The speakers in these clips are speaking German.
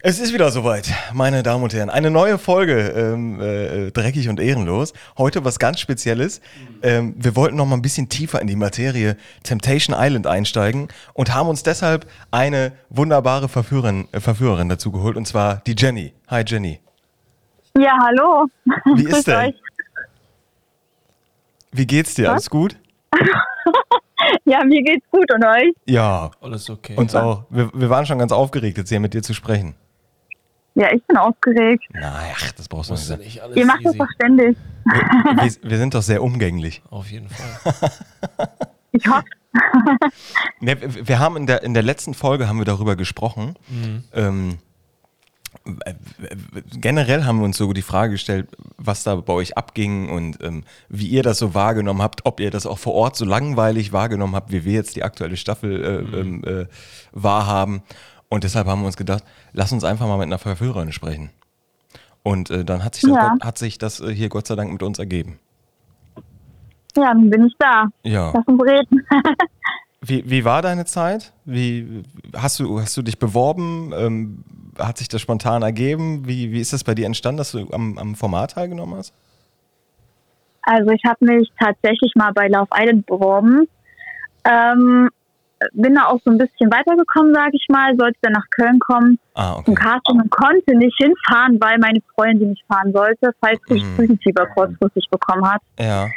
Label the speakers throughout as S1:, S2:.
S1: Es ist wieder soweit, meine Damen und Herren. Eine neue Folge, ähm, äh, dreckig und ehrenlos. Heute was ganz Spezielles. Ähm, wir wollten noch mal ein bisschen tiefer in die Materie Temptation Island einsteigen und haben uns deshalb eine wunderbare Verführerin, äh, Verführerin dazu geholt, und zwar die Jenny. Hi Jenny.
S2: Ja, hallo.
S1: Wie
S2: Grüß
S1: ist denn?
S2: euch.
S1: Wie geht's dir? Alles gut?
S2: Ja, mir geht's gut und euch?
S1: Ja,
S3: Alles okay.
S1: uns auch. Wir, wir waren schon ganz aufgeregt, jetzt hier mit dir zu sprechen.
S2: Ja, ich bin aufgeregt.
S1: Na, ach, das brauchst du nicht
S3: Muss ja
S1: sagen.
S3: nicht alles
S2: Ihr macht das
S3: easy.
S2: doch ständig.
S1: Wir, wir sind doch sehr umgänglich.
S3: Auf jeden Fall.
S2: Ich hoffe,
S1: Ne, w- wir haben in der, in der letzten Folge haben wir darüber gesprochen. Ähm, w- w- generell haben wir uns so die Frage gestellt, was da bei euch abging und ähm, wie ihr das so wahrgenommen habt, ob ihr das auch vor Ort so langweilig wahrgenommen habt, wie wir jetzt die aktuelle Staffel äh, ähm, äh, wahrhaben. Und deshalb haben wir uns gedacht, lass uns einfach mal mit einer Verführerin sprechen. Und äh, dann hat sich das,
S2: Ja.
S1: Gott, hat sich das äh, hier Gott sei Dank mit uns ergeben.
S2: ja, dann bin ich da.
S1: Ja.
S2: Lass uns reden.
S1: Wie, wie war deine Zeit? Wie, hast, du, hast du dich beworben? Ähm, hat sich das spontan ergeben? Wie, wie ist das bei dir entstanden, dass du am, am Format teilgenommen hast?
S2: Also ich habe mich tatsächlich mal bei Love Island beworben. Ähm, bin da auch so ein bisschen weitergekommen, sage ich mal. Sollte dann nach Köln kommen
S1: Ah, okay.
S2: zum Casting und konnte nicht hinfahren, weil meine Freundin nicht fahren sollte, falls ich
S1: Mhm.
S2: Frühlingsfieber kurzfristig bekommen hat.
S1: Ja.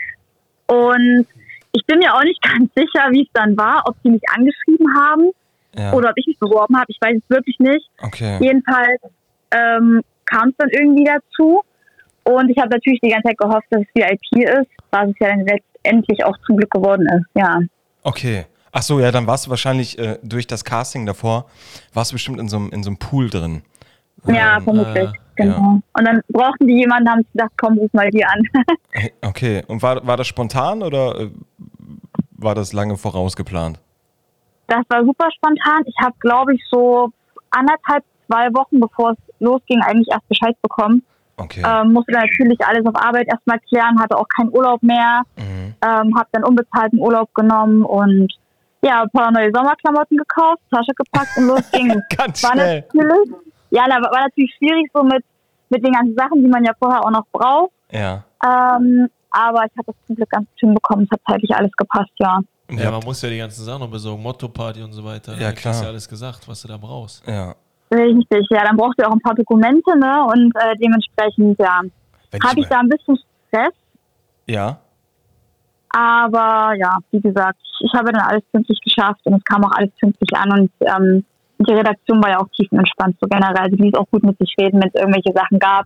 S2: Und ich bin mir auch nicht ganz sicher, wie es dann war, ob sie mich angeschrieben haben
S1: ja.
S2: oder ob ich mich beworben habe. Ich weiß es wirklich nicht.
S1: okay.
S2: Jedenfalls ähm, kam es dann irgendwie dazu. Und ich habe natürlich die ganze Zeit gehofft, dass es VIP ist, was es ja dann letztendlich auch zum Glück geworden ist. Ja,
S1: Okay. Ach so, ja, dann warst du wahrscheinlich äh, durch das Casting davor, warst du bestimmt in so einem in so einem Pool drin.
S2: ja
S3: Ähm,
S2: vermutlich.
S3: äh,
S2: genau. Und dann brauchten die jemanden, haben sich gedacht, komm, ruf mal die an.
S1: Äh, Okay. Und war, war das spontan oder äh, war das lange vorausgeplant?
S2: Das war super spontan. Ich habe, glaube ich, so anderthalb, zwei Wochen, bevor es losging, eigentlich erst Bescheid bekommen.
S1: Okay.
S2: Ähm, musste dann natürlich alles auf Arbeit erstmal klären, hatte auch keinen Urlaub mehr,
S1: Mhm.
S2: ähm, habe dann unbezahlten Urlaub genommen und ja, ein paar neue Sommerklamotten gekauft, Tasche gepackt und los ging.
S1: Ganz
S2: war
S1: schnell.
S2: natürlich, ja, da war war natürlich schwierig so mit, mit den ganzen Sachen, die man ja vorher auch noch braucht.
S1: Ja.
S2: Ähm, aber ich habe das zum Glück ganz schön bekommen, es hat zeitlich alles gepasst, ja.
S1: Ihr
S3: ja,
S1: habt-
S3: man muss ja die ganzen Sachen noch besorgen. Motto-Party und so weiter.
S1: Ja,
S3: Da kriegst
S1: klar.
S3: du ja alles gesagt, was du da brauchst.
S1: ja.
S2: Richtig, ja, dann brauchst du auch ein paar Dokumente, ne, und äh, dementsprechend, ja,
S1: Wenn
S2: hatte ich
S1: mal-
S2: da ein bisschen Stress,
S1: ja.
S2: Aber ja, wie gesagt, ich habe dann alles pünktlich geschafft und es kam auch alles pünktlich an und ähm, die Redaktion war ja auch tiefenentspannt so generell. Also die ist auch gut mit sich reden, wenn es irgendwelche Sachen gab,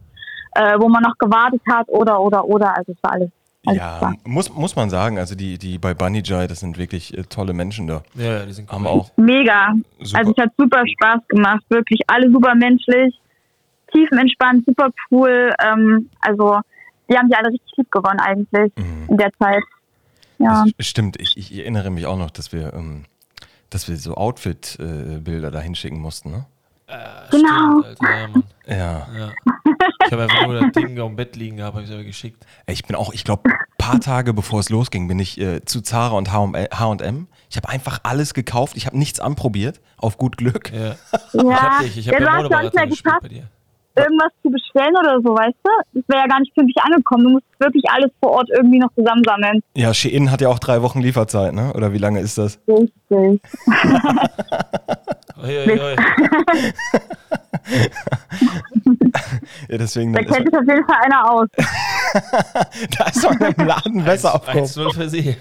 S2: äh, wo man noch gewartet hat oder oder oder. Also es war alles. alles
S1: Ja,
S2: klar.
S1: muss, muss man sagen, also die, die bei Bunny Jai, das sind wirklich äh, tolle Menschen da.
S3: Ja, ja, die sind
S1: Haben
S3: korrekt.
S1: auch
S2: Mega.
S1: super.
S2: Also es hat super Spaß gemacht, wirklich alle super menschlich, tiefenentspannt, super cool. Ähm, also die haben sich alle richtig lieb gewonnen eigentlich in der Zeit. Ja.
S1: das stimmt, Mhm. Also ich, ich erinnere mich auch noch, dass wir, ähm, dass wir so Outfit-Bilder da hinschicken mussten, ne?
S3: Äh,
S2: Genau.
S3: Stimmt, Alter, ja, Mann.
S1: Ja.
S3: Ja. Ich habe einfach nur das Ding da am Bett liegen gehabt, habe ich aber geschickt.
S1: Ey, Ich bin auch, ich glaube, paar Tage bevor es losging, bin ich äh, zu Zara und H&M. H&M. Ich habe einfach alles gekauft, ich habe nichts anprobiert, auf gut Glück.
S3: Ja.
S2: ja.
S3: Ich hab dich, ich habe
S2: Ja,
S3: ja
S2: du hast ja nicht mehr
S3: Modeberater gespielt
S2: gepasst.
S3: bei dir.
S2: irgendwas zu bestellen oder so, weißt du? Das wäre ja gar nicht pünktlich angekommen. Du musst wirklich alles vor Ort irgendwie noch zusammensammeln.
S1: Ja, Shein hat ja auch drei Wochen Lieferzeit, ne? Oder wie lange ist das?
S2: Richtig.
S3: Oi, oi, oi.
S1: Ja, deswegen,
S2: Da
S1: dann ist,
S2: kennt sich auf jeden Fall einer aus.
S1: da ist man im Laden besser aufgehoben.
S3: 1-0 für sie.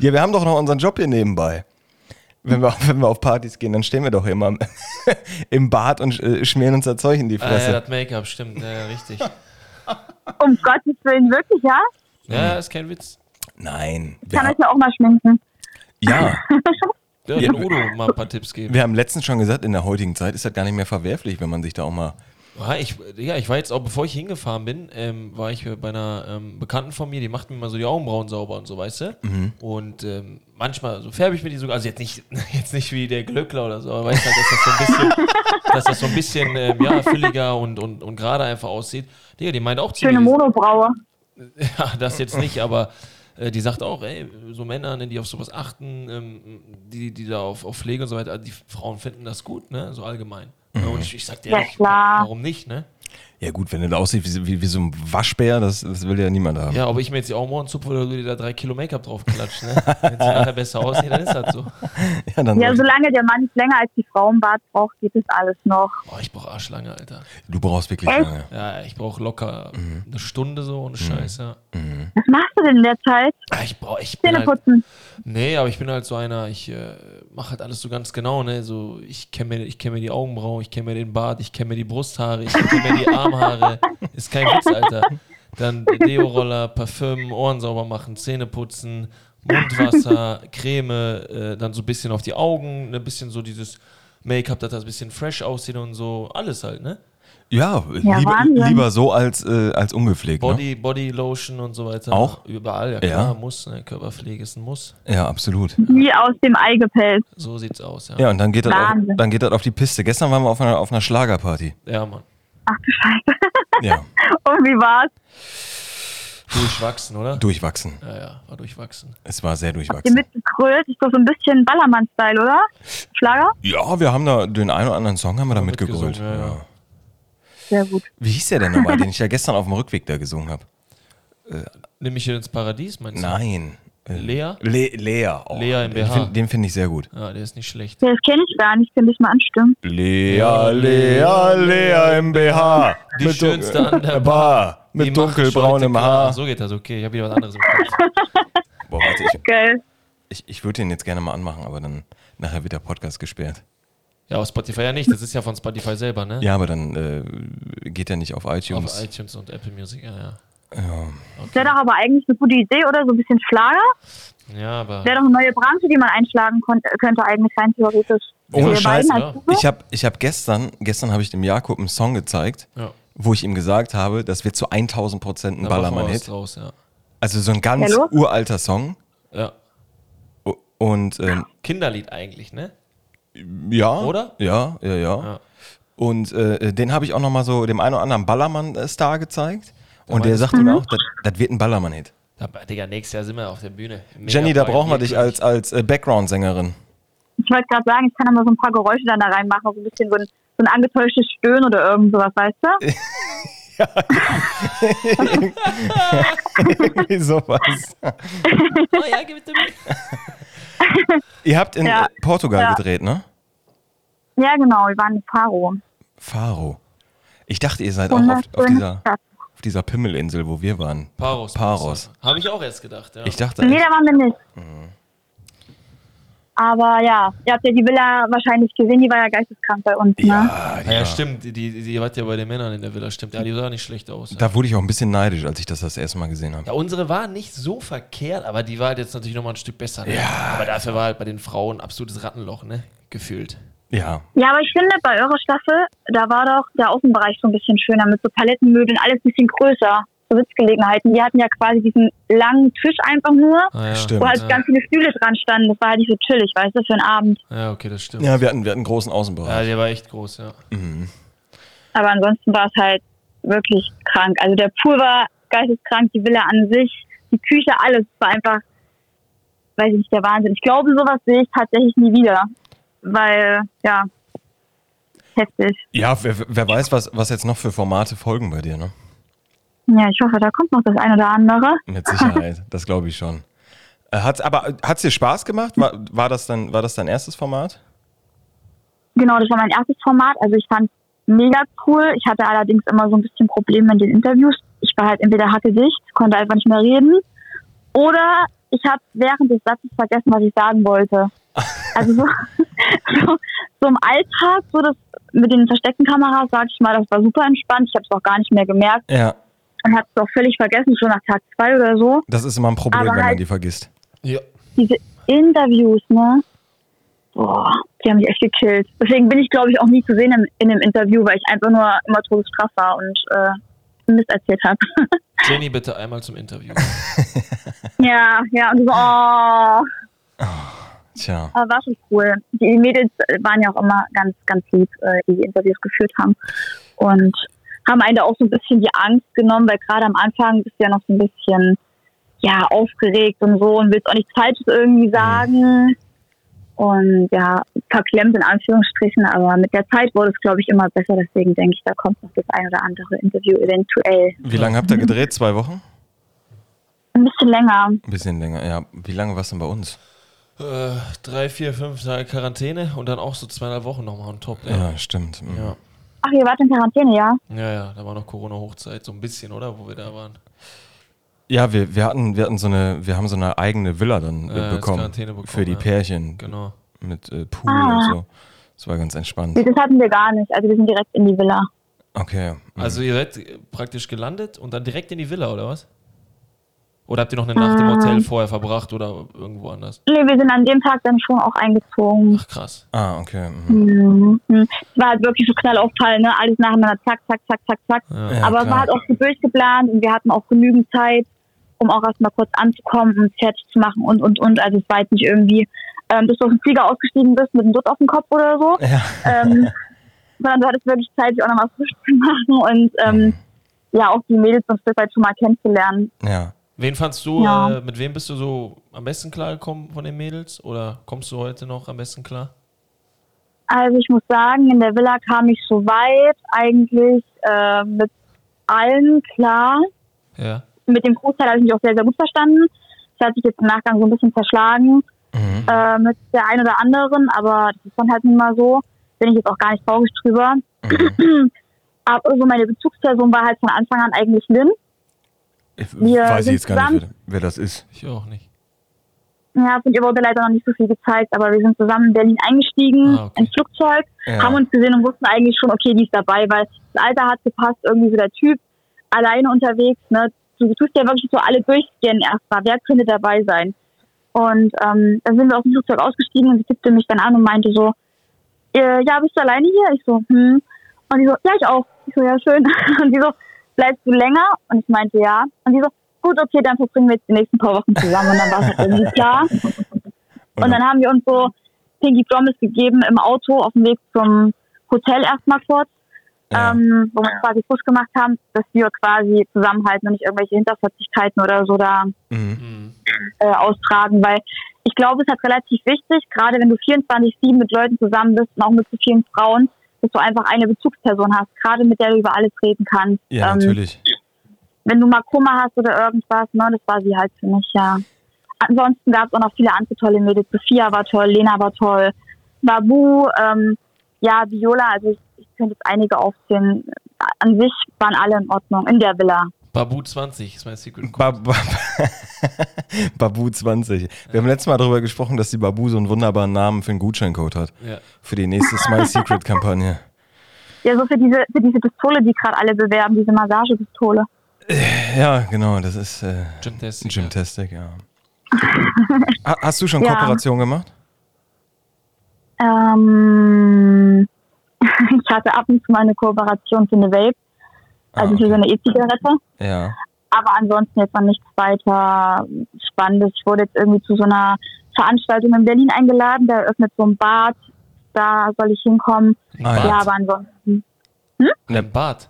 S1: Ja, wir haben doch noch unseren Job hier nebenbei. Wenn wir, wenn wir auf Partys gehen, dann stehen wir doch immer im, im Bad und äh, schmieren uns das Zeug in die
S3: ah, ja,
S1: Fresse.
S3: das Make-up, stimmt. Ja, ja, richtig.
S2: Um Gottes Willen, wirklich, ja?
S3: Ja,
S1: Mhm.
S3: ist kein Witz.
S1: Nein.
S2: Ich
S1: Wir,
S2: kann
S1: ha-
S2: euch ja auch mal schminken.
S1: ja,
S3: Ja,
S1: Ja.
S3: den Udo mal ein paar Tipps geben.
S1: wir haben letztens schon gesagt, in der heutigen Zeit ist das gar nicht mehr verwerflich, wenn man sich da auch mal.
S3: Ja, ich, ja, ich war jetzt auch, bevor ich hingefahren bin, ähm, war ich äh, bei einer ähm, Bekannten von mir, die macht mir mal so die Augenbrauen sauber und so, weißt du?
S2: Mhm.
S3: Und ähm, manchmal so färbe ich mir die sogar, also jetzt nicht, jetzt nicht wie der Glöckler oder so, aber weißt du, dass das so ein bisschen, dass das so ein bisschen ähm, ja, fülliger und, und, und gerade einfach aussieht. Digga, die meint auch zu
S2: Schöne
S3: mir, die-
S2: Monobraue.
S3: ja, das jetzt nicht, aber äh, die sagt auch, ey, so Männer, ne, die auf sowas achten, ähm, die, die da auf, auf Pflege und so weiter, die Frauen finden das gut, ne? So allgemein. Und ich, ich sag dir
S2: Mhm. Ja,
S3: ehrlich,
S2: klar.
S3: warum nicht, ne?
S1: Ja, gut, wenn du da aussiehst wie, so- wie, wie so ein Waschbär, das, das will ja niemand haben.
S3: Ja, ob ich mir jetzt die Augenbrauen zupfe oder du dir da drei Kilo Make-up drauf klatscht, ne? Wenn es nachher besser aussieht, dann ist das so.
S1: Ja, dann
S2: Ja,
S1: soll-
S2: solange der Mann nicht länger als die Frau im Bad braucht, geht es alles noch.
S3: Boah, ich brauche Arschlange, Alter.
S1: du brauchst wirklich
S2: Echt?
S1: lange.
S3: Ja, ich brauche locker eine Stunde so und Scheiße.
S2: Was machst du denn in der Zeit?
S3: Ja, ich brauche, ich bin
S2: Zähne
S3: halt,
S2: putzen.
S3: Nee, aber ich bin halt so einer, ich äh, mache halt alles so ganz genau, ne? So, ich kenne mir, ich kenn mir die Augenbrauen, ich kenne mir den Bart, ich kenne mir die Brusthaare, ich kenne mir die Armhaare. Ist kein Witz, Alter. Dann Deo-Roller, Parfüm, Ohren sauber machen, Zähne putzen, Mundwasser, Creme, äh, dann so ein bisschen auf die Augen, ein bisschen so dieses Make-up, dass das ein bisschen fresh aussieht und so. Alles halt, ne?
S1: Ja,
S2: Ja,
S1: lieber,
S2: Wahnsinn.
S1: lieber so als, äh, als ungepflegt. Ne?
S3: Body, Body Lotion und so weiter.
S1: Auch?
S3: Überall, ja klar,
S1: Ja.
S3: muss, ne? Körperpflege ist ein Muss.
S1: Ja, absolut.
S2: Wie aus dem Ei gepellt.
S3: So sieht's aus, ja.
S1: Ja, und dann geht, das auf,
S2: Wahnsinn.
S1: dann geht das auf die Piste. Gestern waren wir auf einer, auf einer Schlagerparty.
S3: Ja, Mann.
S1: Ja,
S2: Und wie war's?
S3: Durchwachsen, oder?
S1: durchwachsen.
S3: Ja, ja, war durchwachsen.
S1: Es war sehr
S2: Ihr
S1: durchwachsen.
S2: mitgekrölt? Ist doch so ein bisschen Ballermann-Style, oder? Schlager?
S1: Ja, wir haben da den einen oder anderen Song haben wir da
S3: Mitgesungen,
S1: mitgegrölt.
S3: ja, ja.
S1: Ja.
S2: Sehr gut.
S1: Wie hieß der denn nochmal, den ich ja gestern auf dem Rückweg da gesungen habe?
S3: Nimm mich hier ins Paradies, meinst du?
S1: Nein. Äh,
S3: Lea?
S1: Le Lea. Oh,
S3: Lea im
S1: den
S3: BH.
S1: find- Den finde ich sehr gut.
S3: Ja, Ah, der ist nicht schlecht.
S2: Ja, das kenne ich gar nicht. Könnte ich mal anstimmen.
S1: Lea, Lea, Lea im BH.
S3: Die schönste
S1: dunkel-
S3: an der
S1: Bar.
S3: Die
S1: Mit
S3: macht die
S1: dunkelbraunem
S3: Leute klar.
S1: Haar.
S3: So geht das, okay. Ich habe hier was anderes im Kopf.
S1: Boah, warte, ich,
S2: Geil.
S1: ich, ich würde den jetzt gerne mal anmachen, aber dann nachher wird der Podcast gesperrt.
S3: Ja, auf Spotify ja nicht. Das ist ja von Spotify selber, ne?
S1: Ja, aber dann äh, geht er nicht auf iTunes.
S3: Auf iTunes und Apple Music, ja, ja.
S2: Das wäre doch aber eigentlich eine gute Idee, oder? So ein bisschen Schlager.
S3: Ja, aber.
S2: Das wäre doch eine neue Branche, die man einschlagen kon- könnte, eigentlich rein theoretisch.
S1: Ohne
S2: Wir
S1: Scheiß,
S2: beiden
S3: ja.
S2: als Gruppe?
S1: Oh, ne? Ich habe ich hab gestern, gestern habe ich dem Jakob einen Song gezeigt,
S3: Ja.
S1: wo ich ihm gesagt habe, das wird zu 1000 Prozent ein
S3: da machen wir was
S1: Ballermann-Hit.
S3: draus, ja.
S1: Also so ein ganz
S2: Hallo?
S1: uralter Song.
S3: ja.
S1: U- Und ähm,
S3: Kinderlied eigentlich, ne?
S1: ja.
S3: Oder?
S1: Ja, ja, ja.
S3: Ja.
S1: Und äh, den habe ich auch nochmal so dem einen oder anderen Ballermann-Star gezeigt. Und der
S3: meinst
S1: sagte
S2: Mhm.
S1: mir auch, das, das wird ein Ballermann-Hit.
S3: Da, Digga, nächstes Jahr sind wir auf der Bühne. Mega
S1: Jenny, da
S3: Party,
S1: brauchen wir dich
S3: wirklich.
S1: als, als äh, Background-Sängerin.
S2: Ich wollte gerade sagen, ich kann da mal so ein paar Geräusche dann da reinmachen. So ein bisschen so ein, so ein angetäuschtes Stöhnen oder irgend sowas, weißt du?
S1: Irgendwie sowas.
S3: Oh ja, gib bitte mit.
S1: Ihr habt in
S2: Ja.
S1: äh, Portugal
S2: Ja.
S1: gedreht, ne?
S2: Ja, genau. Wir waren in Faro.
S1: Faro. Ich dachte, ihr seid auch auf, auf,
S2: Wunderschöne
S1: dieser,
S2: Stadt.
S1: auf dieser Pimmelinsel, wo wir waren.
S3: Paros.
S1: Paros.
S3: Habe ich auch erst gedacht, ja.
S1: Ich dachte,
S2: Nee,
S1: echt,
S2: da waren wir nicht.
S1: Mhm.
S2: Aber ja, ihr habt ja die Villa wahrscheinlich gesehen, die war ja geisteskrank bei uns, ne?
S1: ja,
S3: Ah, ja,
S1: Ah, ja.
S3: stimmt. Die, die, die wart ja bei den Männern in der Villa, stimmt. Ja, die sah nicht schlecht aus.
S1: Da wurde ich auch ein bisschen neidisch, als ich das das erste Mal gesehen habe.
S3: Ja, unsere war nicht so verkehrt, aber die war halt jetzt natürlich nochmal ein Stück besser. Ne? Ja. Aber dafür war halt bei den Frauen absolutes Rattenloch, ne? Gefühlt.
S1: Ja,
S2: Ja, aber ich finde, bei eurer Staffel, da war doch der Außenbereich so ein bisschen schöner mit so Palettenmöbeln, alles ein bisschen größer, so Sitzgelegenheiten. Die hatten ja quasi diesen langen Tisch einfach nur,
S3: Ah, ja.
S1: Stimmt.
S2: wo halt ganz viele Stühle dran standen. Das war halt nicht so chillig, weißt du, für einen Abend.
S3: Ja, okay, das stimmt. Ja,
S1: ja wir, hatten, wir hatten einen großen Außenbereich.
S3: der war echt groß, ja.
S2: Aber ansonsten war es halt wirklich krank. Also der Pool war geisteskrank, die Villa an sich, die Küche, alles war einfach, weiß ich nicht, der Wahnsinn. Ich glaube, sowas sehe ich tatsächlich nie wieder, weil, ja, heftig.
S1: Ja, wer, wer weiß, was, was jetzt noch für Formate folgen bei dir, ne?
S2: Ja, ich hoffe, da kommt noch das ein oder andere.
S1: Mit Sicherheit, das glaube ich schon. Äh, Hat's, aber hat es dir Spaß gemacht? War, war, das dein, war das dein erstes Format?
S2: Genau, das war mein erstes Format. Also ich fand mega cool. Ich hatte allerdings immer so ein bisschen Probleme in den Interviews. Ich war halt entweder hackedicht, konnte einfach nicht mehr reden, oder ich habe während des Satzes vergessen, was ich sagen wollte. Also so, so, so im Alltag, so das mit den versteckten Kameras, sag ich mal, das war super entspannt. Ich habe es auch gar nicht mehr gemerkt
S1: Ja.
S2: und habe es auch völlig vergessen, schon nach Tag zwei oder so.
S1: Das ist immer ein Problem,
S2: Aber
S1: wenn man
S2: halt-
S1: die vergisst.
S3: Ja.
S2: diese Interviews, ne? Boah, die haben mich echt gekillt. Deswegen bin ich, glaube ich, auch nie zu sehen im, in einem Interview, weil ich einfach nur immer todesstraff war und äh, Mist erzählt habe.
S3: Jenny, bitte einmal zum Interview.
S2: ja, ja, und so, oh,
S1: Tja.
S2: aber Äh, war schon cool. Die Mädels äh, waren ja auch immer ganz, ganz lieb, äh, die die Interviews geführt haben. Und haben einen da auch so ein bisschen die Angst genommen, weil gerade am Anfang bist du ja noch so ein bisschen, ja, aufgeregt und so und willst auch nichts Falsches irgendwie sagen. Und ja, verklemmt in Anführungsstrichen, aber mit der Zeit wurde es, glaube ich, immer besser. Deswegen denke ich, da kommt noch das ein oder andere Interview eventuell.
S1: Wie lange habt ihr
S2: Mhm.
S1: gedreht? Zwei Wochen?
S2: Ein bisschen länger.
S1: Ein bisschen länger, ja. Wie lange warst du denn bei uns?
S3: Äh, drei, vier, fünf Tage Quarantäne und dann auch so zweieinhalb Wochen nochmal on top.
S1: Ja,
S3: ey.
S1: stimmt. Mhm.
S3: Ja.
S2: Ach, ihr wart in Quarantäne, ja?
S3: ja, ja, da war noch Corona-Hochzeit, so ein bisschen, oder? Wo wir da waren.
S1: Ja, wir, wir hatten, wir hatten so eine, wir haben so eine eigene Villa dann
S3: Ja,
S1: äh,
S3: als
S1: bekommen,
S3: Quarantäne bekommen,
S1: Für die
S3: ja.
S1: Pärchen.
S3: Genau.
S1: Mit äh, Pool
S2: Ah.
S1: und so. Das war ganz entspannt.
S2: Nee, Das hatten wir gar nicht. Also wir sind direkt in die Villa.
S1: Okay. Mhm.
S3: Also ihr seid äh, praktisch gelandet und dann direkt in die Villa, oder was? Oder habt ihr noch eine Nacht im Hotel vorher verbracht oder irgendwo anders?
S2: Nee, wir sind an dem Tag dann schon auch eingezogen.
S3: Ach krass.
S1: ah, okay. Mhm.
S2: Mhm. Es war halt wirklich so Knallauffall, ne? Alles nacheinander, zack, zack, zack, zack, zack.
S1: Ja,
S2: Aber es
S1: klar.
S2: war halt auch so durchgeplant und wir hatten auch genügend Zeit, um auch erstmal kurz anzukommen und fertig zu machen und, und, und. Also es war jetzt nicht irgendwie, ähm, dass du auf den Flieger ausgestiegen bist mit einem Dutt auf dem Kopf oder so.
S1: Ja.
S2: Ähm, sondern du hattest wirklich Zeit, dich auch nochmal frisch zu machen und ähm, ja, auch die Mädels so ein Stück weit schon mal kennenzulernen.
S1: ja.
S3: Wen fandst du,
S2: Ja.
S3: äh, mit wem bist du so am besten klargekommen von den Mädels? Oder kommst du heute noch am besten klar?
S2: Also ich muss sagen, in der Villa kam ich so weit eigentlich äh, mit allen klar.
S3: Ja.
S2: Mit dem Großteil habe ich mich auch sehr, sehr gut verstanden. Das hat sich jetzt im Nachgang so ein bisschen verschlagen
S3: Mhm.
S1: mhm.
S2: äh, mit der einen oder anderen, aber das ist dann halt nun mal so. Bin ich jetzt auch gar nicht traurig drüber.
S3: Mhm.
S2: Aber so meine Bezugsperson war halt von Anfang an eigentlich Lynn.
S1: Ich
S2: Wir
S1: weiß ich
S2: sind
S1: jetzt gar nicht, wer,
S2: zusammen.
S1: wer das ist.
S3: Ich auch nicht.
S2: Ja, von ihr wurde leider noch nicht so viel gezeigt, aber wir sind zusammen in Berlin eingestiegen,
S3: Ah, okay.
S2: ins Flugzeug,
S1: Ja.
S2: haben uns gesehen und wussten eigentlich schon, okay, die ist dabei, weil das Alter hat gepasst, irgendwie so der Typ, alleine unterwegs, ne? Du tust ja wirklich so alle durchscannen erstmal, wer könnte dabei sein? Und ähm, dann sind wir aus dem Flugzeug ausgestiegen und sie tippte mich dann an und meinte so, äh, ja, bist du alleine hier? Ich so, hm. Und sie so, ja, ich auch. Ich so, ja, schön. Und sie so, bleibst du länger? Und ich meinte, ja. Und sie so, gut, okay, dann verbringen wir jetzt die nächsten paar Wochen zusammen. Und dann war es halt irgendwie klar. Und dann haben wir uns so Pinky Promise gegeben im Auto auf dem Weg zum Hotel erstmal kurz,
S1: Ja.
S2: ähm, wo wir uns quasi frisch gemacht haben, dass wir quasi zusammenhalten und nicht irgendwelche Hinterfotzigkeiten oder so da
S1: Mhm.
S3: Hm.
S2: äh, austragen, weil ich glaube, es ist relativ wichtig, gerade wenn du 24-7 mit Leuten zusammen bist und auch mit so vielen Frauen, dass du einfach eine Bezugsperson hast, gerade mit der du über alles reden kannst.
S1: Ja,
S2: Ähm,
S1: natürlich.
S2: Wenn du mal Kummer hast oder irgendwas, ne, das war sie halt für mich, ja. Ansonsten gab es auch noch viele andere tolle Mädels. Sophia war toll, Lena war toll, Babu, ähm, ja, Viola, also ich, ich könnte jetzt einige aufzählen. An sich waren alle in Ordnung, in der Villa.
S3: Babu 20 ist mein Secret.
S1: Ba ba Babu 20. Wir haben letztes Mal darüber gesprochen, dass die Babu so einen wunderbaren Namen für einen Gutscheincode hat.
S3: Ja.
S1: Für die nächste Smile Secret Kampagne.
S2: Ja, so für diese, für diese Pistole, die gerade alle bewerben, diese Massagepistole.
S1: Ja, genau, das ist äh,
S3: Jim Test.
S1: Jim Testic, ja. ha hast du schon
S2: Ja.
S1: Kooperation gemacht?
S2: Ähm, ich hatte ab und zu mal eine Kooperation für eine Vape, also für so eine E-Zigarette.
S1: Ja.
S2: Aber ansonsten jetzt noch nichts weiter Spannendes. Ich wurde jetzt irgendwie zu so einer Veranstaltung in Berlin eingeladen. Da eröffnet so ein Bad. Da soll ich hinkommen.
S1: Ah,
S3: Bad.
S1: ja.
S2: Ja, aber ansonsten.
S3: Ein Bad.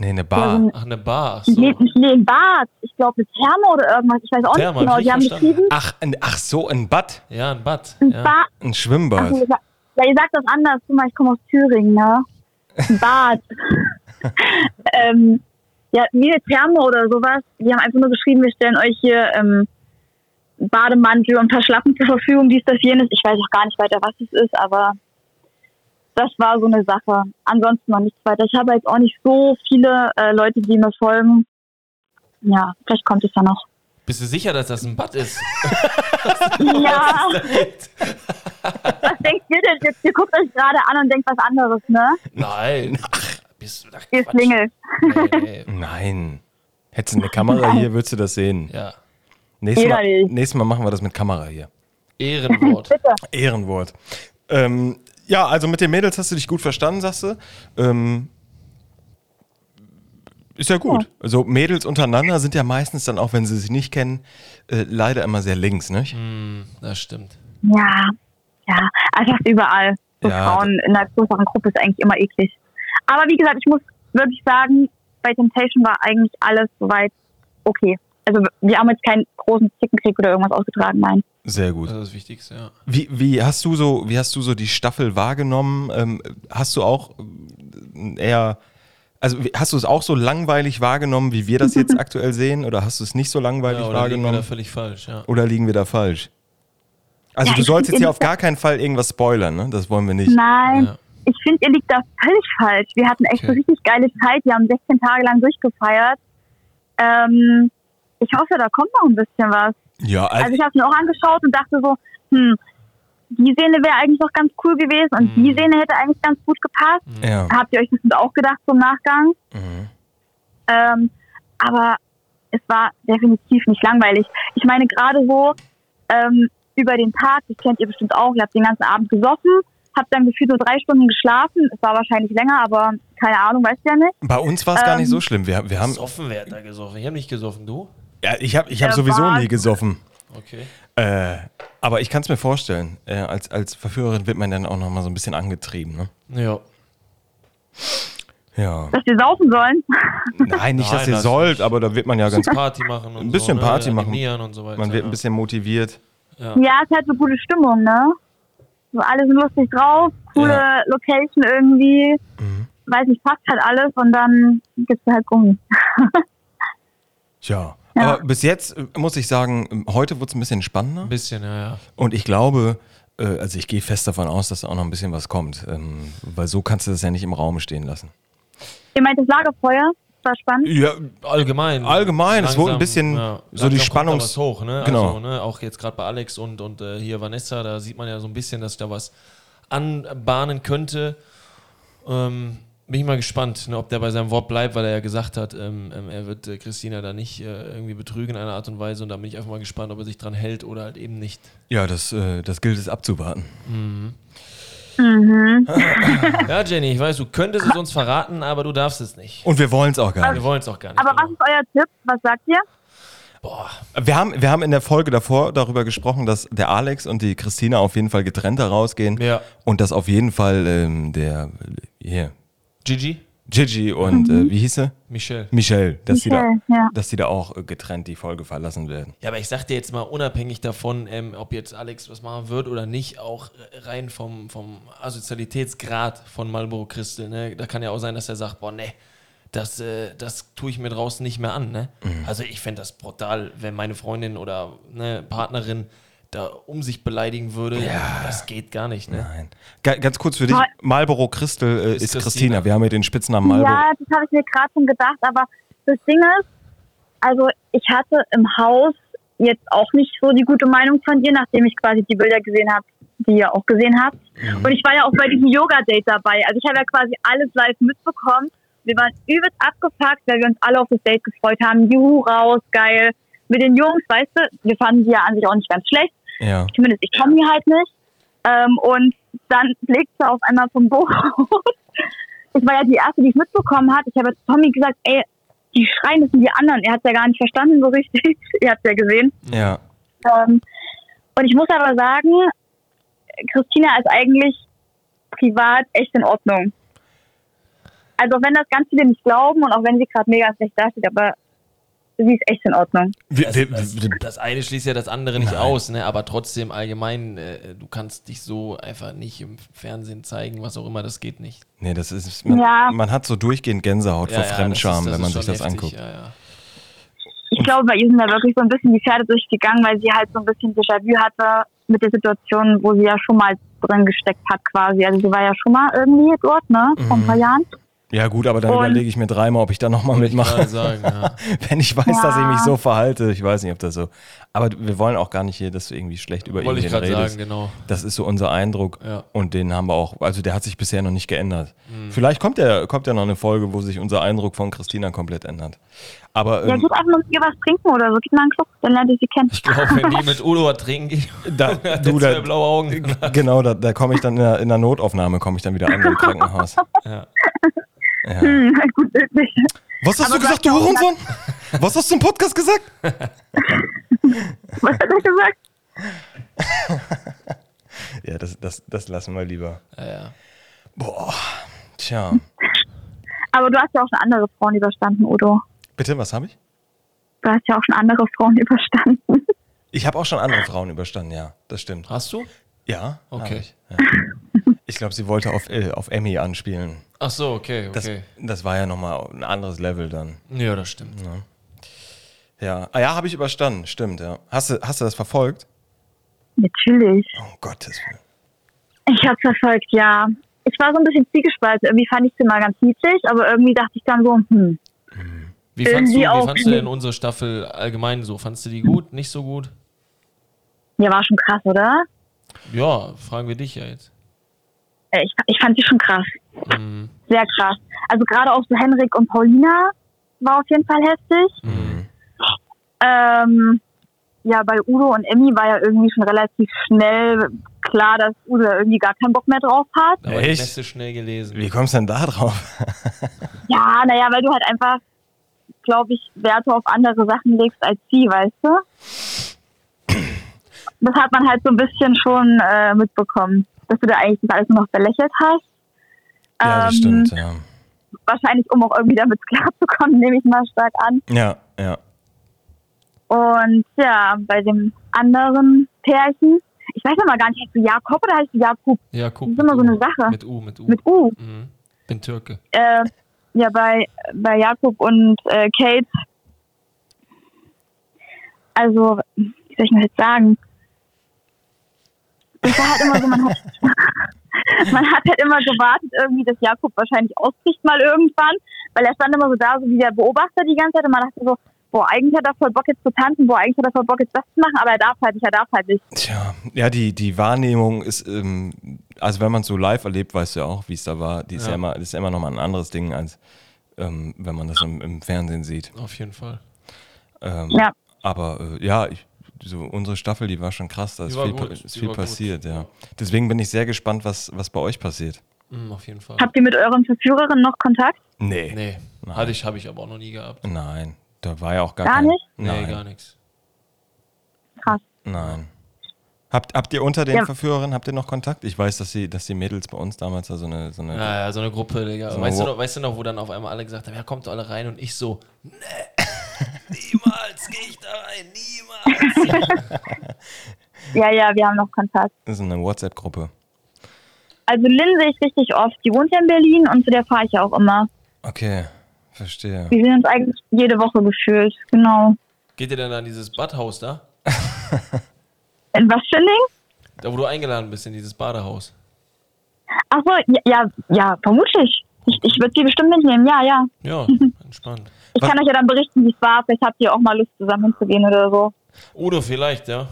S1: Nee, eine Bar.
S3: Ach, eine Bar. Ach
S2: Nee,
S3: so.
S2: nicht nee, ein Bad. Ich glaube, eine Therme oder irgendwas. Ich weiß auch
S3: Therme,
S2: nicht genau.
S3: hab ich
S2: Die haben
S3: verstanden.
S2: geschrieben.
S1: Ach, ein, ach so, ein Bad.
S3: Ja, ein Bad.
S2: Ein
S3: Ja.
S2: Bad.
S1: Ein
S2: Ach,
S1: Schwimmbad.
S2: ihr sagt- ja, ihr sagt das anders. Guck mal, ich komme aus Thüringen, ne? Ein Bad. ähm, ja, wie eine Therme oder sowas. Die haben einfach nur geschrieben, wir stellen euch hier ähm, Bademantel und ein paar Schlappen zur Verfügung, dies, das, jenes. Ich weiß auch gar nicht weiter, was es ist, aber das war so eine Sache. Ansonsten noch nichts weiter. Ich habe jetzt auch nicht so viele äh, Leute, die mir folgen. Ja, vielleicht kommt es ja noch.
S3: Bist du sicher, dass das ein Bad ist?
S2: Ja, was denkt ihr denn jetzt? Ihr guckt euch gerade an und denkt was anderes, ne?
S3: Nein. Ach, bist du da
S2: Ihr Slingel.
S3: Nee, nee.
S1: Nein. Hättest du eine Kamera hier, würdest du das sehen.
S3: Ja.
S1: Nächstes
S2: Jeder
S1: Mal,
S2: nicht.
S1: nächstes Mal machen wir das mit Kamera hier.
S3: Ehrenwort.
S1: Ehrenwort. Ähm, ja, also mit den Mädels hast du dich gut verstanden, sagst du. Ähm, ist ja gut. Also Mädels untereinander sind ja meistens dann auch, wenn sie sich nicht kennen, äh, leider immer sehr links, nicht?
S3: Mhm. Hm, Das stimmt.
S2: Ja, ja, also das überall. So
S1: Ja.
S2: Frauen in einer größeren Gruppe ist eigentlich immer eklig. Aber wie gesagt, ich muss wirklich sagen, bei Temptation war eigentlich alles soweit okay. also wir haben jetzt keinen großen Zickenkrieg oder irgendwas ausgetragen, nein.
S1: Sehr gut.
S3: Das ist das Wichtigste, ja.
S1: Wie, wie, hast du so, wie hast du so die Staffel wahrgenommen? Ähm, hast du auch äh, eher, also wie- hast du es auch so langweilig wahrgenommen, wie wir das jetzt aktuell sehen? Oder hast du es nicht so langweilig
S3: ja oder liegen wir da
S1: wahrgenommen?
S3: völlig falsch, ja.
S1: oder liegen wir da falsch? Also
S2: Ja,
S1: du
S2: ich
S1: sollst
S2: find
S1: jetzt hier
S2: eben-
S1: auf gar keinen Fall irgendwas spoilern, ne? Das wollen wir nicht.
S2: Nein,
S3: Ja.
S2: ich finde, ihr liegt da völlig falsch. Wir hatten echt
S3: Okay.
S2: so richtig geile Zeit. Wir haben 16 Tage lang durchgefeiert. Ähm, ich hoffe, da kommt noch ein bisschen was.
S1: Ja, also,
S2: Also ich habe mir auch angeschaut und dachte so, hm, die Szene wäre eigentlich noch ganz cool gewesen und die Szene hätte eigentlich ganz gut gepasst.
S1: ja.
S2: Habt ihr euch bestimmt auch gedacht zum Nachgang?
S1: Mhm.
S2: Ähm, aber es war definitiv nicht langweilig. Ich meine, gerade so ähm, über den Tag, das kennt ihr bestimmt auch, ihr habt den ganzen Abend gesoffen, habt dann gefühlt nur drei Stunden geschlafen. Es war wahrscheinlich länger, aber keine Ahnung, weißt du ja nicht.
S1: Bei uns war es gar
S2: Ähm,
S1: nicht so schlimm. Wir, wir haben,
S3: Gesoffen, wer hat da gesoffen? Ich habe nicht gesoffen, du?
S1: ja, ich habe ich hab
S2: Äh,
S1: sowieso
S2: war-
S1: nie gesoffen.
S3: Okay.
S1: Äh, aber ich kann es mir vorstellen. Äh, als, als Verführerin wird man dann auch noch mal so ein bisschen angetrieben. Ne?
S3: Ja.
S1: Ja.
S2: Dass wir saufen sollen.
S1: Nein, nicht, dass
S3: Nein,
S1: ihr
S3: das
S1: sollt, aber da wird man ja ganz.
S3: Party machen und
S1: Ein bisschen
S3: so, ne?
S1: Party machen.
S3: Animieren und so weiter. ne?
S1: Man wird ein bisschen motiviert.
S2: Ja, es hat so gute Stimmung, ne? So alle sind lustig drauf, coole
S1: Ja. Mhm.
S2: Location irgendwie. Weiß nicht, passt halt alles und dann gibt's halt Gummi.
S1: Tja.
S2: Ja.
S1: Aber bis jetzt äh, muss ich sagen, äh, heute wurde es ein bisschen
S3: Ein
S1: spannender.
S3: bisschen, ja, ja.
S1: Und ich glaube, äh, also ich gehe fest davon aus, dass da auch noch ein bisschen was kommt. Ähm, weil so kannst du das ja nicht im Raum stehen lassen.
S2: Ihr meint das Lagerfeuer? Das war spannend.
S1: Ja,
S3: Allgemein.
S1: Allgemein, es wurde ein bisschen so die
S3: langsam kommt da
S1: Spannungs-
S3: was hoch, ne?
S1: Genau.
S3: Also, ne? Auch jetzt gerade bei Alex und, und äh, hier Vanessa, da sieht man ja so ein bisschen, dass da was anbahnen könnte. Ähm, bin ich mal gespannt, ne, ob der bei seinem Wort bleibt, weil er ja gesagt hat, ähm, ähm, er wird äh, Christina da nicht äh, irgendwie betrügen in einer Art und Weise. Und da bin ich einfach mal gespannt, ob er sich dran hält oder halt eben nicht.
S1: ja das, äh, das gilt es abzuwarten.
S3: Ja, Jenny, ich weiß, du könntest es uns verraten, aber du darfst es nicht.
S1: Und wir wollen es auch gar
S3: Wir
S1: nicht.
S3: wollen es auch gar nicht.
S2: Aber was ist euer Tipp? Was sagt ihr?
S3: Boah.
S1: Wir haben, wir haben in der Folge davor darüber gesprochen, dass der Alex und die Christina auf jeden Fall getrennt da rausgehen.
S3: Ja.
S1: Und dass auf jeden Fall ähm, der äh, hier,
S3: Gigi?
S1: Gigi und äh, wie hieß sie?
S3: Michelle.
S1: Michelle, dass,
S2: Michelle,
S1: die da,
S2: ja.
S1: dass die da auch äh, getrennt die Folge verlassen werden.
S3: Ja, aber ich sag dir jetzt mal, unabhängig davon, ähm, ob jetzt Alex was machen wird oder nicht, auch äh, rein vom, vom Asozialitätsgrad von Marlboro Christel, ne? da kann ja auch sein, dass er sagt, boah, ne, das, äh, das tue ich mir draußen nicht mehr an. Ne?
S1: Mhm.
S3: Also ich fände das brutal, wenn meine Freundin oder ne, Partnerin da um sich beleidigen würde. Das geht gar nicht. Ne?
S1: Nein. Ga ganz kurz für dich,
S2: Mal-
S1: Marlboro Christel äh, ist, Christina.
S3: Christina.
S1: Wir haben ja den Spitznamen Marlboro.
S2: Ja, das habe ich mir gerade schon gedacht, aber das Ding ist, also ich hatte im Haus jetzt auch nicht so die gute Meinung von ihr, nachdem ich quasi die Bilder gesehen habe, die ihr auch gesehen habt. Und ich war ja auch bei diesem Yoga-Date dabei. Also ich habe ja quasi alles live mitbekommen. Wir waren übelst abgefuckt, weil wir uns alle auf das Date gefreut haben. Juhu, raus, geil. Mit den Jungs, weißt du, wir fanden die ja an sich auch nicht ganz schlecht
S1: Ja.
S2: zumindest ich kann die halt nicht. Ähm, und dann blickt sie auf einmal vom Boot. Ich war ja die Erste, die es mitbekommen hat. Ich habe zu Tommy gesagt, ey, die schreien, das sind die anderen. Er hat es ja gar nicht verstanden so richtig. Ihr habt es ja gesehen.
S3: Mhm.
S1: ja.
S2: Ähm, und ich muss aber sagen, Christina ist eigentlich privat echt in Ordnung. Also auch wenn das ganz viele nicht glauben und auch wenn sie gerade mega schlecht dasteht, aber sie ist echt in Ordnung.
S1: Wir,
S3: Das,
S1: wir,
S3: das,
S1: wir,
S3: das eine schließt ja das andere nicht aus, ne? aber trotzdem allgemein, äh, du kannst dich so einfach nicht im Fernsehen zeigen, was auch immer, das geht nicht.
S1: nee, das ist, man,
S2: Ja.
S1: man hat so durchgehend Gänsehaut vor
S3: das
S1: Fremdscham,
S3: ist- das
S1: wenn man
S3: ist
S1: sich
S3: schon
S1: das
S3: heftig,
S1: anguckt.
S3: Ja, ja.
S2: Ich glaube, bei ihr sind da wirklich so ein bisschen die Pferde durchgegangen, weil sie halt so ein bisschen Déjà-vu hatte mit der Situation, wo sie ja schon mal drin gesteckt hat quasi. Also sie war ja schon mal irgendwie dort, ne, vor ein paar Jahren.
S1: Ja gut, aber dann
S2: Und-
S1: überlege ich mir dreimal, ob ich da nochmal mitmache.
S3: Gerade sagen, ja.
S1: Wenn ich weiß, dass ich
S2: Ja.
S1: mich so verhalte, ich weiß nicht, ob das so. Aber wir wollen auch gar nicht hier, dass du irgendwie schlecht über
S3: Wollte ich
S1: irgendwen
S3: gerade
S1: redest.
S3: sagen, genau.
S1: Das ist so unser Eindruck
S3: Ja. Hm.
S1: und den haben wir auch. Also der hat sich bisher noch nicht geändert. Vielleicht kommt ja kommt ja noch eine Folge, wo sich unser Eindruck von Christina komplett ändert. Aber
S2: Ja,
S1: ähm,
S2: geht einfach mal mit ihr was trinken oder so. Geht mal in den Club, dann lernt ihr sie kennen.
S3: Ich glaube, wenn die mit Udo was trinken geht,
S1: da, du,
S3: hat der zwei
S1: da,
S3: blaue Augen.
S1: genau, da, da komme ich dann in der, in der Notaufnahme komme ich dann wieder an im Krankenhaus.
S3: Ja.
S1: Ja.
S2: Hm, gut möglich.
S1: Was hast
S2: Aber
S1: du gesagt,
S2: du
S1: du
S2: hast ja auch
S1: Hurensohn? Was hast du im Podcast gesagt?
S2: Was hat er gesagt?
S1: Ja, das, das, das lassen wir lieber.
S3: Ja, ja.
S1: Boah, tja.
S2: Aber du hast ja auch schon andere Frauen überstanden, Udo.
S1: Bitte, was habe ich?
S2: Du hast ja auch schon andere Frauen überstanden.
S1: Ich habe auch schon andere Frauen überstanden, ja, das stimmt.
S3: Hast du?
S1: Ja.
S3: Okay.
S1: hab Ich, ja. ich glaube, sie wollte auf, äh, auf Emmy anspielen.
S3: Ach so, okay,
S1: Das,
S3: okay.
S1: das war ja nochmal ein anderes Level dann.
S3: ja, das stimmt.
S1: Ja, ah, ja habe ich überstanden, stimmt, ja. Hast du, hast du das verfolgt?
S2: Natürlich.
S1: Oh Gottes Willen.
S2: Ich habe verfolgt, ja. Ich war so ein bisschen zwiegespalten. Irgendwie fand ich sie mal ganz niedlich, aber irgendwie dachte ich dann so, hm.
S3: Wie fandst,
S2: Irgendwie
S3: du, wie
S2: auch
S3: fandst du denn
S2: nicht.
S3: unsere Staffel allgemein so? Fandst du die gut, nicht so gut?
S2: Ja, war schon krass, oder?
S3: Ja, fragen wir dich ja jetzt. Mhm.
S2: Äh, Ich, ich fand sie schon krass. Sehr krass. Also gerade auch so Henrik und Paulina war auf jeden Fall heftig. Ähm, ja, bei Udo und Emmy war ja irgendwie schon relativ schnell klar, dass Udo da irgendwie gar keinen Bock mehr drauf hat.
S3: Da war
S1: Echt?
S3: die Messe schnell gelesen.
S1: Wie kommst du denn da drauf?
S2: Ja, naja, weil du halt einfach, glaube ich, Werte auf andere Sachen legst als sie, weißt du? Das hat man halt so ein bisschen schon äh, mitbekommen, dass du da eigentlich das alles nur noch belächelt hast.
S1: Ja, das stimmt, ja.
S2: Wahrscheinlich, um auch irgendwie damit klarzukommen, nehme ich mal stark an.
S1: Ja, ja.
S2: Und ja, bei dem anderen Pärchen, ich weiß noch mal gar nicht, heißt du Jakob oder heißt du Jakub?
S3: Ja,
S2: Das
S3: guck.
S2: ist immer
S3: mit
S2: so
S3: U.
S2: eine Sache.
S3: Mit U, mit U.
S2: Mit U.
S3: Mhm. Bin Türke.
S2: Äh, ja, bei, bei Jakob und äh, Kate. Also, wie soll ich mir jetzt sagen? Das war halt immer so, man hat, man hat halt immer gewartet, irgendwie, dass Jakob wahrscheinlich ausbricht mal irgendwann, weil er stand immer so da, so wie der Beobachter die ganze Zeit und man dachte so, boah, eigentlich hat er voll Bock jetzt zu tanzen, boah, eigentlich hat er voll Bock jetzt das zu machen, aber er darf halt nicht, er darf halt nicht.
S1: Tja, ja, die, die Wahrnehmung ist, ähm, also wenn man es so live erlebt, weißt du ja auch, wie es da war. Die ist ja,
S3: Ja.
S1: immer, das ist ja immer nochmal ein anderes Ding, als ähm, wenn man das im, im Fernsehen sieht.
S3: Auf jeden Fall.
S1: Ähm,
S2: Ja.
S1: Aber äh, ja, ich, so unsere Staffel, die war schon krass, da ist
S3: war
S1: viel,
S3: gut,
S1: pa- ist
S3: die
S1: viel
S3: war gut.
S1: passiert, ja. Deswegen bin ich sehr gespannt, was, was bei euch passiert.
S3: Mhm, auf jeden Fall.
S2: Habt ihr mit euren Verführerinnen noch Kontakt?
S1: Nee.
S3: nee,
S1: Nein.
S3: hatte ich, habe ich aber auch noch nie gehabt.
S1: Nein, da war ja auch gar,
S2: Gar
S1: kein,
S2: nicht?
S3: Nee,
S1: Nein,
S3: gar nichts.
S2: Krass.
S1: nein. Habt, habt ihr unter den
S2: Ja.
S1: Verführerinnen, habt ihr noch Kontakt? Ich weiß, dass die, dass die Mädels bei uns damals da so eine, so eine
S3: Naja, so eine Gruppe, Digga.
S1: So
S3: weißt, du
S1: wo-
S3: noch, weißt du noch, wo dann auf einmal alle gesagt haben, ja, kommt alle rein und ich so, nee, niemals gehe ich da rein, niemals.
S2: Ja, ja, wir haben noch Kontakt.
S1: ist eine WhatsApp-Gruppe.
S2: Also Lynn sehe ich richtig oft. Die wohnt ja in Berlin und zu der fahre ich ja auch immer.
S1: Okay, verstehe.
S2: Wir sehen uns eigentlich jede Woche gefühlt. Genau.
S3: Geht ihr denn an dieses Badhaus da?
S2: In was für ein Ding?
S3: Da, wo du eingeladen bist, in dieses Badehaus.
S2: Ach so, ja, ja, ja, vermutlich. Ich, ich würde sie bestimmt mitnehmen. Ja, ja.
S3: Ja, entspannt.
S2: Ich
S1: Was-
S2: kann euch ja dann berichten, wie es war. Vielleicht habt ihr auch mal Lust, zusammen hinzugehen oder so.
S3: Udo, vielleicht, ja.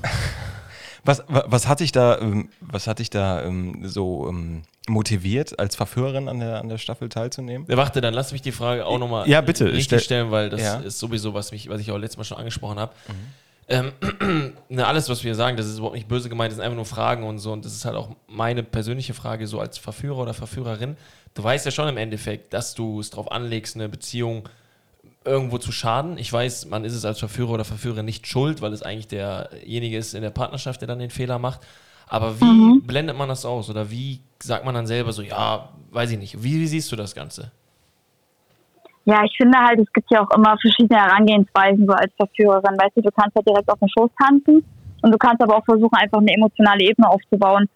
S1: Was, wa- was hat dich da, ähm, was hat dich da ähm, so ähm, motiviert, als Verführerin an der, an der Staffel teilzunehmen?
S3: Ja, Warte, dann lass mich die Frage auch nochmal
S1: Ja, bitte,
S3: richtig
S1: stell-
S3: stellen, weil das
S1: Ja. Mhm.
S3: ist sowieso, was, mich, was ich auch letztes Mal schon angesprochen habe. Ähm, na, alles, was wir sagen, das ist überhaupt nicht böse gemeint, das sind einfach nur Fragen und so. Und das ist halt auch meine persönliche Frage, so als Verführer oder Verführerin. Du weißt ja schon im Endeffekt, dass du es drauf anlegst, eine Beziehung irgendwo zu schaden. Ich weiß, man ist es als Verführer oder Verführerin nicht schuld, weil es eigentlich derjenige ist in der Partnerschaft, der dann den Fehler macht. Aber wie blendet man das aus? Oder wie sagt man dann selber so, ja, weiß ich nicht. Wie, wie siehst du das Ganze?
S2: Ja, ich finde halt, es gibt ja auch immer verschiedene Herangehensweisen so als Verführerin. Weißt du, du kannst halt direkt auf den Schoß tanzen und du kannst aber auch versuchen, einfach eine emotionale Ebene aufzubauen.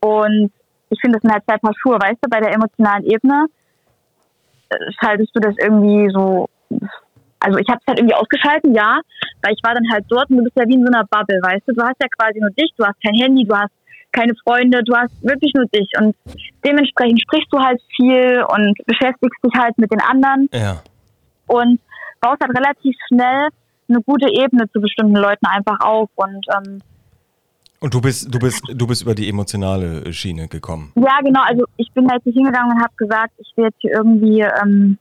S2: Und ich finde, das sind halt zwei Paar Schuhe, weißt du, bei der emotionalen Ebene äh, schaltest du das irgendwie so, also ich habe es halt irgendwie ausgeschalten, ja, weil ich war dann halt dort und du bist ja wie in so einer Bubble, weißt du, du hast ja quasi nur dich, du hast kein Handy, du hast keine Freunde, du hast wirklich nur dich und dementsprechend sprichst du halt viel und beschäftigst dich halt mit den anderen
S1: Ja.
S2: und baust halt relativ schnell eine gute Ebene zu bestimmten Leuten einfach auf. Und ähm,
S1: Und du bist, du bist, du bist über die emotionale äh, Schiene gekommen.
S2: ja, genau, also ich bin da jetzt nicht hingegangen und habe gesagt, ich will jetzt hier irgendwie ähm,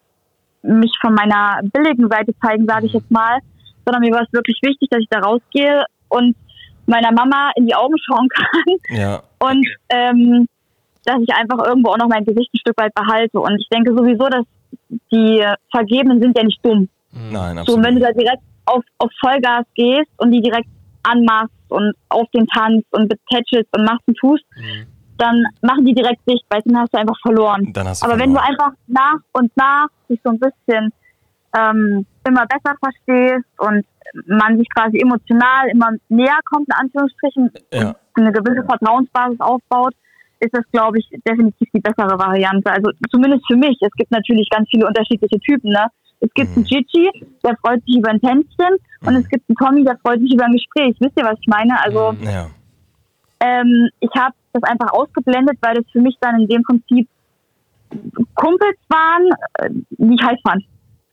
S2: mich von meiner billigen Seite zeigen, sage ich jetzt mal, sondern mir war es wirklich wichtig, dass ich da rausgehe und meiner Mama in die Augen schauen kann
S1: Ja.
S2: und ähm, dass ich einfach irgendwo auch noch mein Gesicht ein Stück weit behalte. Und ich denke sowieso, dass die Vergebenen sind ja nicht dumm.
S1: Mhm. Nein,
S2: So, und
S1: absolut.
S2: wenn du da direkt auf, auf Vollgas gehst und die direkt anmachst und auf den Tanz und betätschelst und machst und tust,
S1: Mhm.
S2: dann machen die direkt dicht, weil dann hast du einfach verloren.
S1: Dann hast du
S2: Aber wenn du
S1: verloren.
S2: einfach nach und nach dich so ein bisschen ähm, immer besser verstehst und man sich quasi emotional immer näher kommt, in Anführungsstrichen,
S1: Ja.
S2: und eine gewisse Vertrauensbasis aufbaut, ist das, glaube ich, definitiv die bessere Variante. Also zumindest für mich. Es gibt natürlich ganz viele unterschiedliche Typen. Ne? Es
S1: Mhm.
S2: gibt einen Gigi, der freut sich über ein Tänzchen und es gibt einen Tommy, der freut sich über ein Gespräch. Wisst ihr, was ich meine? Also
S1: Ja.
S2: ähm, ich habe das einfach ausgeblendet, weil das für mich dann in dem Prinzip Kumpels waren, äh, die ich heiß fand.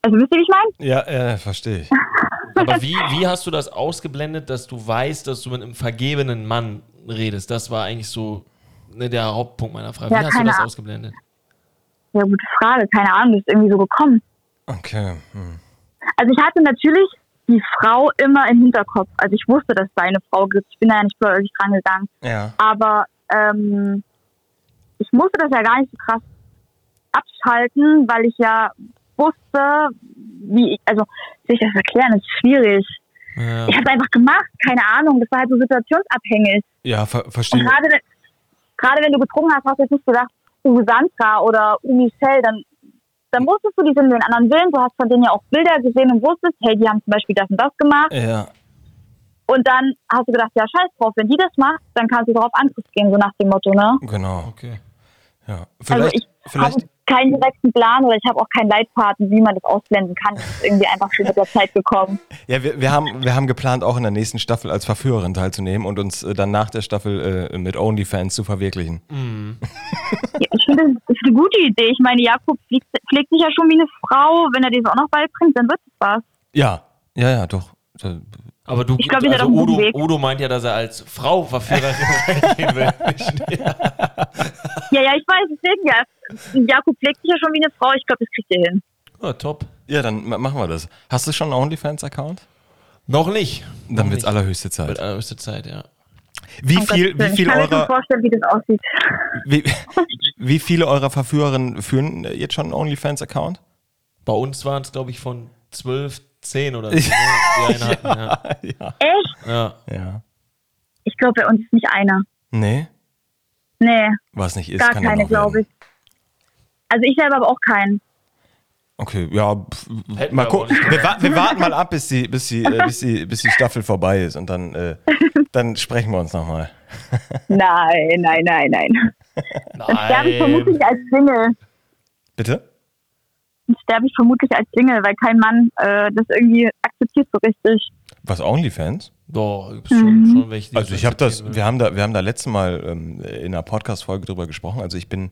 S2: Also wisst ihr, wie ich meine?
S1: Ja, ja, verstehe ich.
S3: Aber wie, wie hast du das ausgeblendet, dass du weißt, dass du mit einem vergebenen Mann redest? Das war eigentlich so ne, der Hauptpunkt meiner Frage.
S2: Ja,
S3: wie hast du
S2: keine
S3: das
S2: Ahnung.
S3: ausgeblendet?
S2: Ja, gute Frage. Keine Ahnung, das ist irgendwie so gekommen.
S1: Okay. Hm.
S2: Also ich hatte natürlich die Frau immer im Hinterkopf. Also ich wusste, dass es da eine Frau gibt. Ich bin da ja nicht blöd dran gegangen.
S1: Ja.
S2: Aber ähm, ich musste das ja gar nicht so krass abschalten, weil ich ja wusste, wie ich, also sich das erklären ist schwierig.
S3: Ja.
S2: Ich habe einfach gemacht, keine Ahnung. Das war halt so situationsabhängig.
S1: Ja, ver
S2: Und
S1: verstehe.
S2: gerade wenn- gerade wenn du getrunken hast, hast du jetzt nicht gedacht, uh, Sandra oder uh, Michelle, dann, dann wusstest du, die sind in den anderen Willen. Du hast von denen ja auch Bilder gesehen und wusstest, hey, die haben zum Beispiel das und das gemacht.
S1: Ja.
S2: Und dann hast du gedacht, ja, scheiß drauf, wenn die das macht, dann kannst du darauf Angriff gehen, so nach dem Motto, ne?
S1: Genau.
S3: Okay.
S1: Ja.
S2: Also
S1: Vielleicht,
S2: ich
S1: vielleicht,
S2: habe keinen direkten Plan oder ich habe auch keinen Leitfaden, wie man das ausblenden kann. Das ist irgendwie einfach so mit der Zeit gekommen.
S1: Ja, wir, wir, haben, wir haben geplant, auch in der nächsten Staffel als Verführerin teilzunehmen und uns äh, dann nach der Staffel äh, mit OnlyFans zu verwirklichen.
S2: Ja, Ich finde, das ist eine gute Idee. Ich meine, Jakob pflegt, pflegt sich ja schon wie eine Frau. Wenn er dir das auch noch beibringt, dann wird es was.
S1: Ja, ja, ja, doch. Da-
S3: Aber du,
S2: Ich glaub, wir sind
S3: also
S2: auf einem
S3: Udo,
S2: guten Weg.
S3: Udo meint ja, dass er als Frau Verführerin reingehen will.
S2: Ja, ja, ich weiß, deswegen ja. Jakob pflegt sich ja schon wie eine Frau. Ich glaube, das kriegt ihr hin.
S3: Ja, Oh, top.
S1: Ja, dann ma- machen wir das. Hast du schon einen OnlyFans-Account?
S3: Noch nicht.
S1: Dann
S3: Noch
S1: wird's
S3: nicht.
S1: allerhöchste
S3: Wird
S1: Zeit.
S3: allerhöchste Zeit, ja.
S1: Wie
S2: Um
S1: viel,
S2: Gottes Willen.
S1: wie viel
S2: ich kann mir schon
S1: eurer,
S2: vorstellen, wie das aussieht.
S1: wie, wie viele eurer Verführerinnen führen äh, jetzt schon einen OnlyFans-Account?
S3: Bei uns waren es, glaube ich, von 12, 10 oder so. ne, die einen hatten, ja.
S1: ja.
S2: Echt?
S3: Ja.
S1: Ja.
S2: Ich glaube, bei uns ist nicht einer.
S1: Nee,
S2: Nee,
S1: was nicht ist,
S2: gar
S1: kann ja
S2: keine,
S1: noch
S2: glaube
S1: werden.
S2: ich. Also ich selber aber auch keinen.
S1: Okay, ja, pf,
S3: Hätten
S1: mal
S3: wir
S1: gucken.
S3: aber nicht.
S1: Wir, wa- wir warten mal ab, bis die, bis, die, äh, bis, die, bis die Staffel vorbei ist und dann, äh, dann sprechen wir uns nochmal.
S2: Nein, nein, nein, nein. Dann sterbe ich
S3: Nein.
S2: vermutlich als Single.
S1: Bitte?
S2: Dann sterbe ich vermutlich als Single, weil kein Mann äh, das irgendwie akzeptiert so richtig.
S1: Was OnlyFans?
S3: Doch, gibt's schon,
S2: Mhm.
S3: schon welche. die
S1: Also ich habe das,
S3: akzeptieren
S1: wir haben da, wir haben da letztes Mal ähm, in einer Podcast-Folge drüber gesprochen. Also ich bin,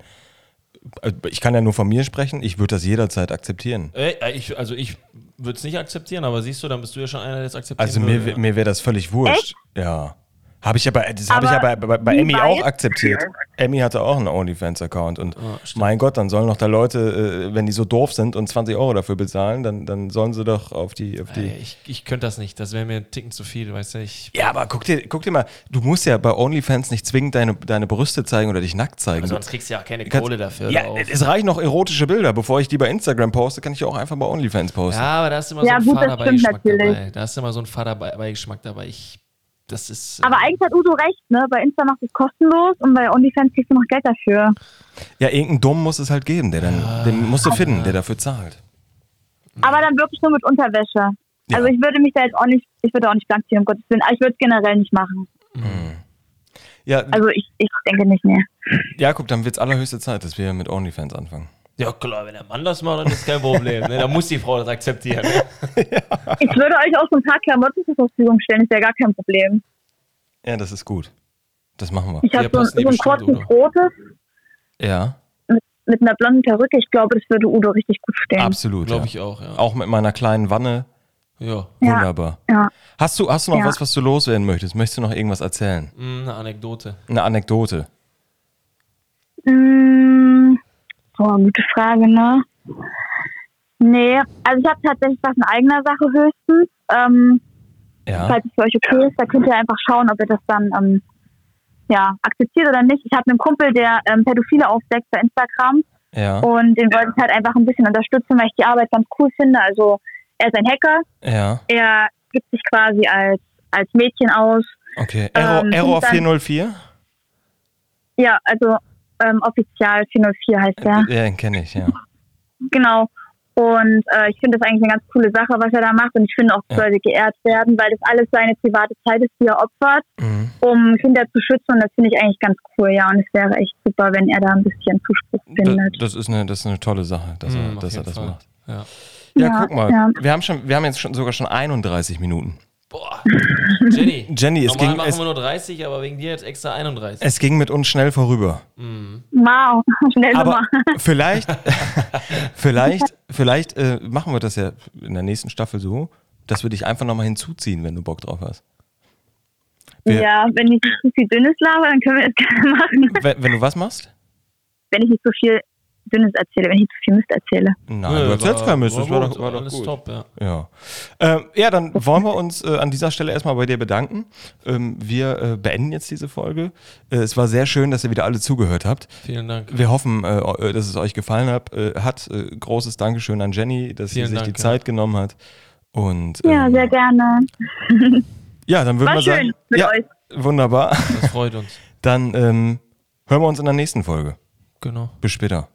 S1: äh, ich kann ja nur von mir sprechen. Ich würde das jederzeit akzeptieren.
S3: will. Äh, ich, also ich würde es nicht akzeptieren, aber siehst du, dann bist du ja schon einer, der es akzeptiert.
S1: Also mir, wär- mir wäre das völlig wurscht. Ja, habe ich aber, das habe ich
S2: Aber
S1: aber bei, bei
S2: wie
S1: Emmy auch
S2: weit-
S1: akzeptiert. Emmy hatte auch einen OnlyFans-Account und
S3: Ah,
S1: mein Gott, dann sollen noch da Leute, äh, wenn die so doof sind und 20 Euro dafür bezahlen, dann, dann sollen sie doch auf die, auf die.
S3: Ey, Äh, ich, ich könnte das nicht, das wäre mir ein Ticken zu viel, weißt du, ich...
S1: Ja, aber guck dir, guck dir mal, du musst ja bei OnlyFans nicht zwingend deine, deine Brüste zeigen oder dich nackt zeigen.
S3: Sonst kriegst du ja auch keine
S1: Kannst-
S3: Kohle dafür.
S1: Ja,
S3: drauf.
S1: es reichen noch erotische Bilder. Bevor ich die bei Instagram poste, kann ich auch einfach bei OnlyFans posten.
S3: Ja, aber da ist immer
S2: Ja,
S3: so ein
S2: gut, das
S3: fader
S2: stimmt
S3: Beigeschmack
S2: natürlich.
S3: dabei. Da ist immer so ein fader Bei- Beigeschmack dabei. Ich, das ist. äh,
S2: Aber eigentlich hat Udo recht, ne? Bei Insta macht es kostenlos und bei OnlyFans kriegst du noch Geld dafür.
S1: Ja, irgendeinen Dumm muss es halt geben, der dann,
S3: Ah.
S1: den musst du finden, der dafür zahlt.
S2: Aber dann wirklich nur mit Unterwäsche.
S1: Ja.
S2: Also ich würde mich da jetzt auch nicht, ich würde auch nicht blank ziehen, um Gottes Willen. Aber ich würde es generell nicht machen.
S1: Ja,
S2: Also ich, ich denke nicht mehr.
S1: Jakob, dann wird's allerhöchste Zeit, dass wir mit OnlyFans anfangen.
S3: ja, klar, wenn der Mann das macht, dann ist kein Problem. ne? Da muss die Frau das akzeptieren. Ne?
S2: Ich würde euch auch so ein paar Klamotten zur Verfügung stellen, ist ja gar kein Problem.
S1: Ja, das ist gut. Das machen
S2: Ich habe
S3: Ja,
S2: so, ein-
S3: passt
S2: so
S3: die
S2: ein
S3: bestimmt,
S2: kurzes
S3: oder?
S2: rotes
S1: wir. Ja,
S2: mit einer blonden Perücke. Ich glaube, das würde Udo richtig gut stehen.
S1: absolut.
S3: Glaube
S1: ja.
S3: ich auch, ja.
S1: Auch mit meiner kleinen Wanne.
S3: ja.
S2: Ja.
S1: Wunderbar.
S2: Ja.
S1: Hast du, hast du noch
S2: Ja.
S1: was, was du loswerden möchtest? Möchtest du noch irgendwas erzählen?
S3: Mm, Eine Anekdote.
S1: Eine Anekdote.
S2: Mm, boah, gute Frage, ne? Nee, also ich habe tatsächlich was in eigener Sache höchstens. Ähm,
S1: Ja.
S2: falls es für euch okay ist, da könnt ihr einfach schauen, ob ihr das dann ähm, ja, akzeptiert oder nicht. Ich habe einen Kumpel, der ähm, Pädophile aufdeckt bei Instagram
S1: Ja.
S2: und den wollte ich halt einfach ein bisschen unterstützen, weil ich die Arbeit ganz cool finde. Also er ist ein Hacker,
S1: Ja.
S2: er gibt sich quasi als, als Mädchen aus.
S1: Okay. Error,
S2: Ähm,
S1: Error
S2: dann-
S1: 404?
S2: Ja, also ähm, offiziell 404 heißt er.
S1: Ja, den kenne ich, ja.
S2: Genau. Und äh, ich finde das eigentlich eine ganz coole Sache, was er da macht. Und ich finde auch,
S1: Ja.
S2: sollte geehrt werden, weil das alles seine private Zeit ist, die er opfert,
S1: Mhm.
S2: um Kinder zu schützen. Und das finde ich eigentlich ganz cool, ja. Und es wäre echt super, wenn er da ein bisschen Zuspruch
S1: Da,
S2: findet.
S1: das, ist eine, das ist eine tolle Sache, dass
S3: Mhm,
S1: er,
S3: auf
S1: dass er
S3: jeden
S1: das
S3: Fall.
S1: macht.
S3: Ja.
S1: Ja,
S2: Ja,
S1: guck mal.
S2: ja.
S1: Wir, haben schon, wir haben jetzt schon, sogar schon 31 Minuten.
S3: Boah. Jenny.
S1: Jenny, es
S3: normal
S1: ging-
S3: machen
S1: es-
S3: wir nur 30, aber wegen dir jetzt extra 31.
S1: Es ging mit uns schnell vorüber.
S2: Wow, schnell
S1: Aber
S2: nochmal.
S1: vielleicht, vielleicht, vielleicht äh, machen wir das ja in der nächsten Staffel so, dass wir dich einfach nochmal hinzuziehen, wenn du Bock drauf hast. wir-
S2: Ja, wenn ich nicht zu viel Dünnes laber, dann können wir das gerne machen.
S1: Wenn, wenn du was machst?
S2: Wenn ich nicht zu viel Dünnes erzähle, wenn ich nicht zu viel Mist erzähle.
S1: Nein, du erzählst kein Mist. Das war doch, war doch
S3: alles
S1: gut.
S3: top, ja.
S1: Ja. Ähm, ja, dann wollen wir uns äh, an dieser Stelle erstmal bei dir bedanken. Ähm, wir äh, beenden jetzt diese Folge. Äh, es war sehr schön, dass ihr wieder alle zugehört habt.
S3: Vielen Dank.
S1: Wir hoffen, äh, äh, dass es euch gefallen hat. Äh, hat äh, großes Dankeschön an Jenny, dass
S3: Vielen
S1: sie sich
S3: Dank,
S1: die
S3: ja.
S1: Zeit genommen hat. Und
S2: Ja,
S1: ähm,
S2: sehr gerne.
S1: ja, dann würden
S2: War
S1: wir sagen,
S2: schön mit
S1: ja,
S2: euch.
S1: wunderbar.
S3: Das freut uns.
S1: Dann ähm, hören wir uns in der nächsten Folge.
S3: Genau.
S1: Bis später.